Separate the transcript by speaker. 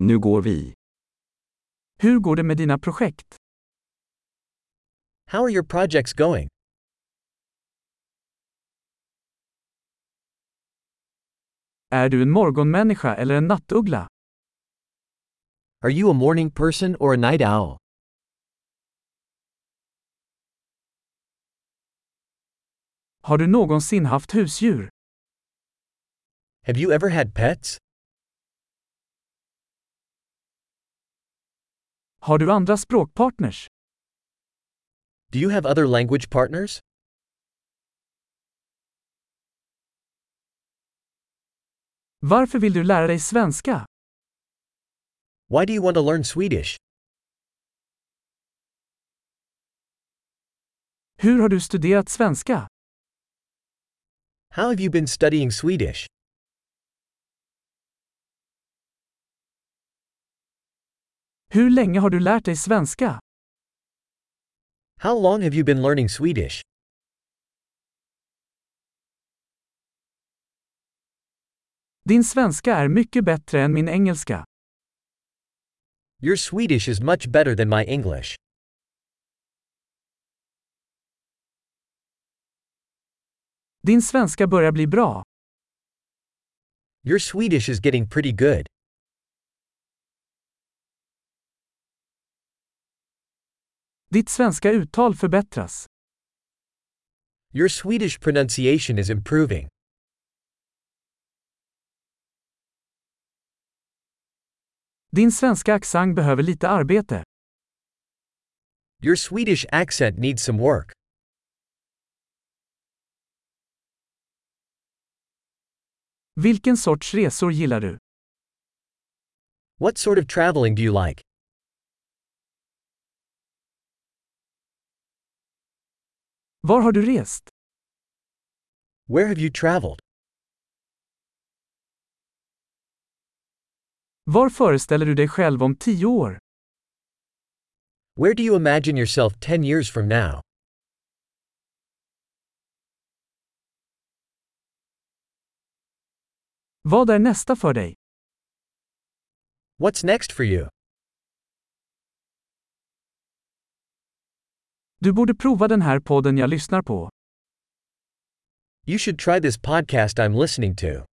Speaker 1: Nu går vi.
Speaker 2: Hur går det med dina projekt?
Speaker 3: How are your projects going?
Speaker 2: Är du en morgonmänniska eller en nattuggla?
Speaker 3: Are you a morning person or a night owl?
Speaker 2: Har du någonsin haft husdjur?
Speaker 3: Have you ever had pets?
Speaker 2: Har du andra språkpartners?
Speaker 3: Do you have other language partners?
Speaker 2: Varför vill du lära dig svenska?
Speaker 3: Why do you want to learn Swedish?
Speaker 2: Hur har du studerat svenska?
Speaker 3: How have you been studying Swedish?
Speaker 2: Hur länge har du lärt dig svenska?
Speaker 3: How long have you been learning Swedish?
Speaker 2: Din svenska är mycket bättre än min engelska.
Speaker 3: Your Swedish is much better than my English.
Speaker 2: Din svenska börjar bli bra.
Speaker 3: Your Swedish is getting pretty good.
Speaker 2: Ditt svenska uttal förbättras.
Speaker 3: Your Swedish pronunciation is improving.
Speaker 2: Din svenska accent behöver lite arbete.
Speaker 3: Your Swedish accent needs some work.
Speaker 2: Vilken sorts resor gillar du?
Speaker 3: What sort of traveling do you like?
Speaker 2: Var har du rest?
Speaker 3: Where have you traveled?
Speaker 2: Var föreställer du dig själv om tio år?
Speaker 3: Where do you imagine yourself 10 years from now?
Speaker 2: Vad är nästa för dig?
Speaker 3: What's next for you?
Speaker 2: Du borde prova den här podden jag lyssnar på.
Speaker 3: You should try this podcast I'm listening to.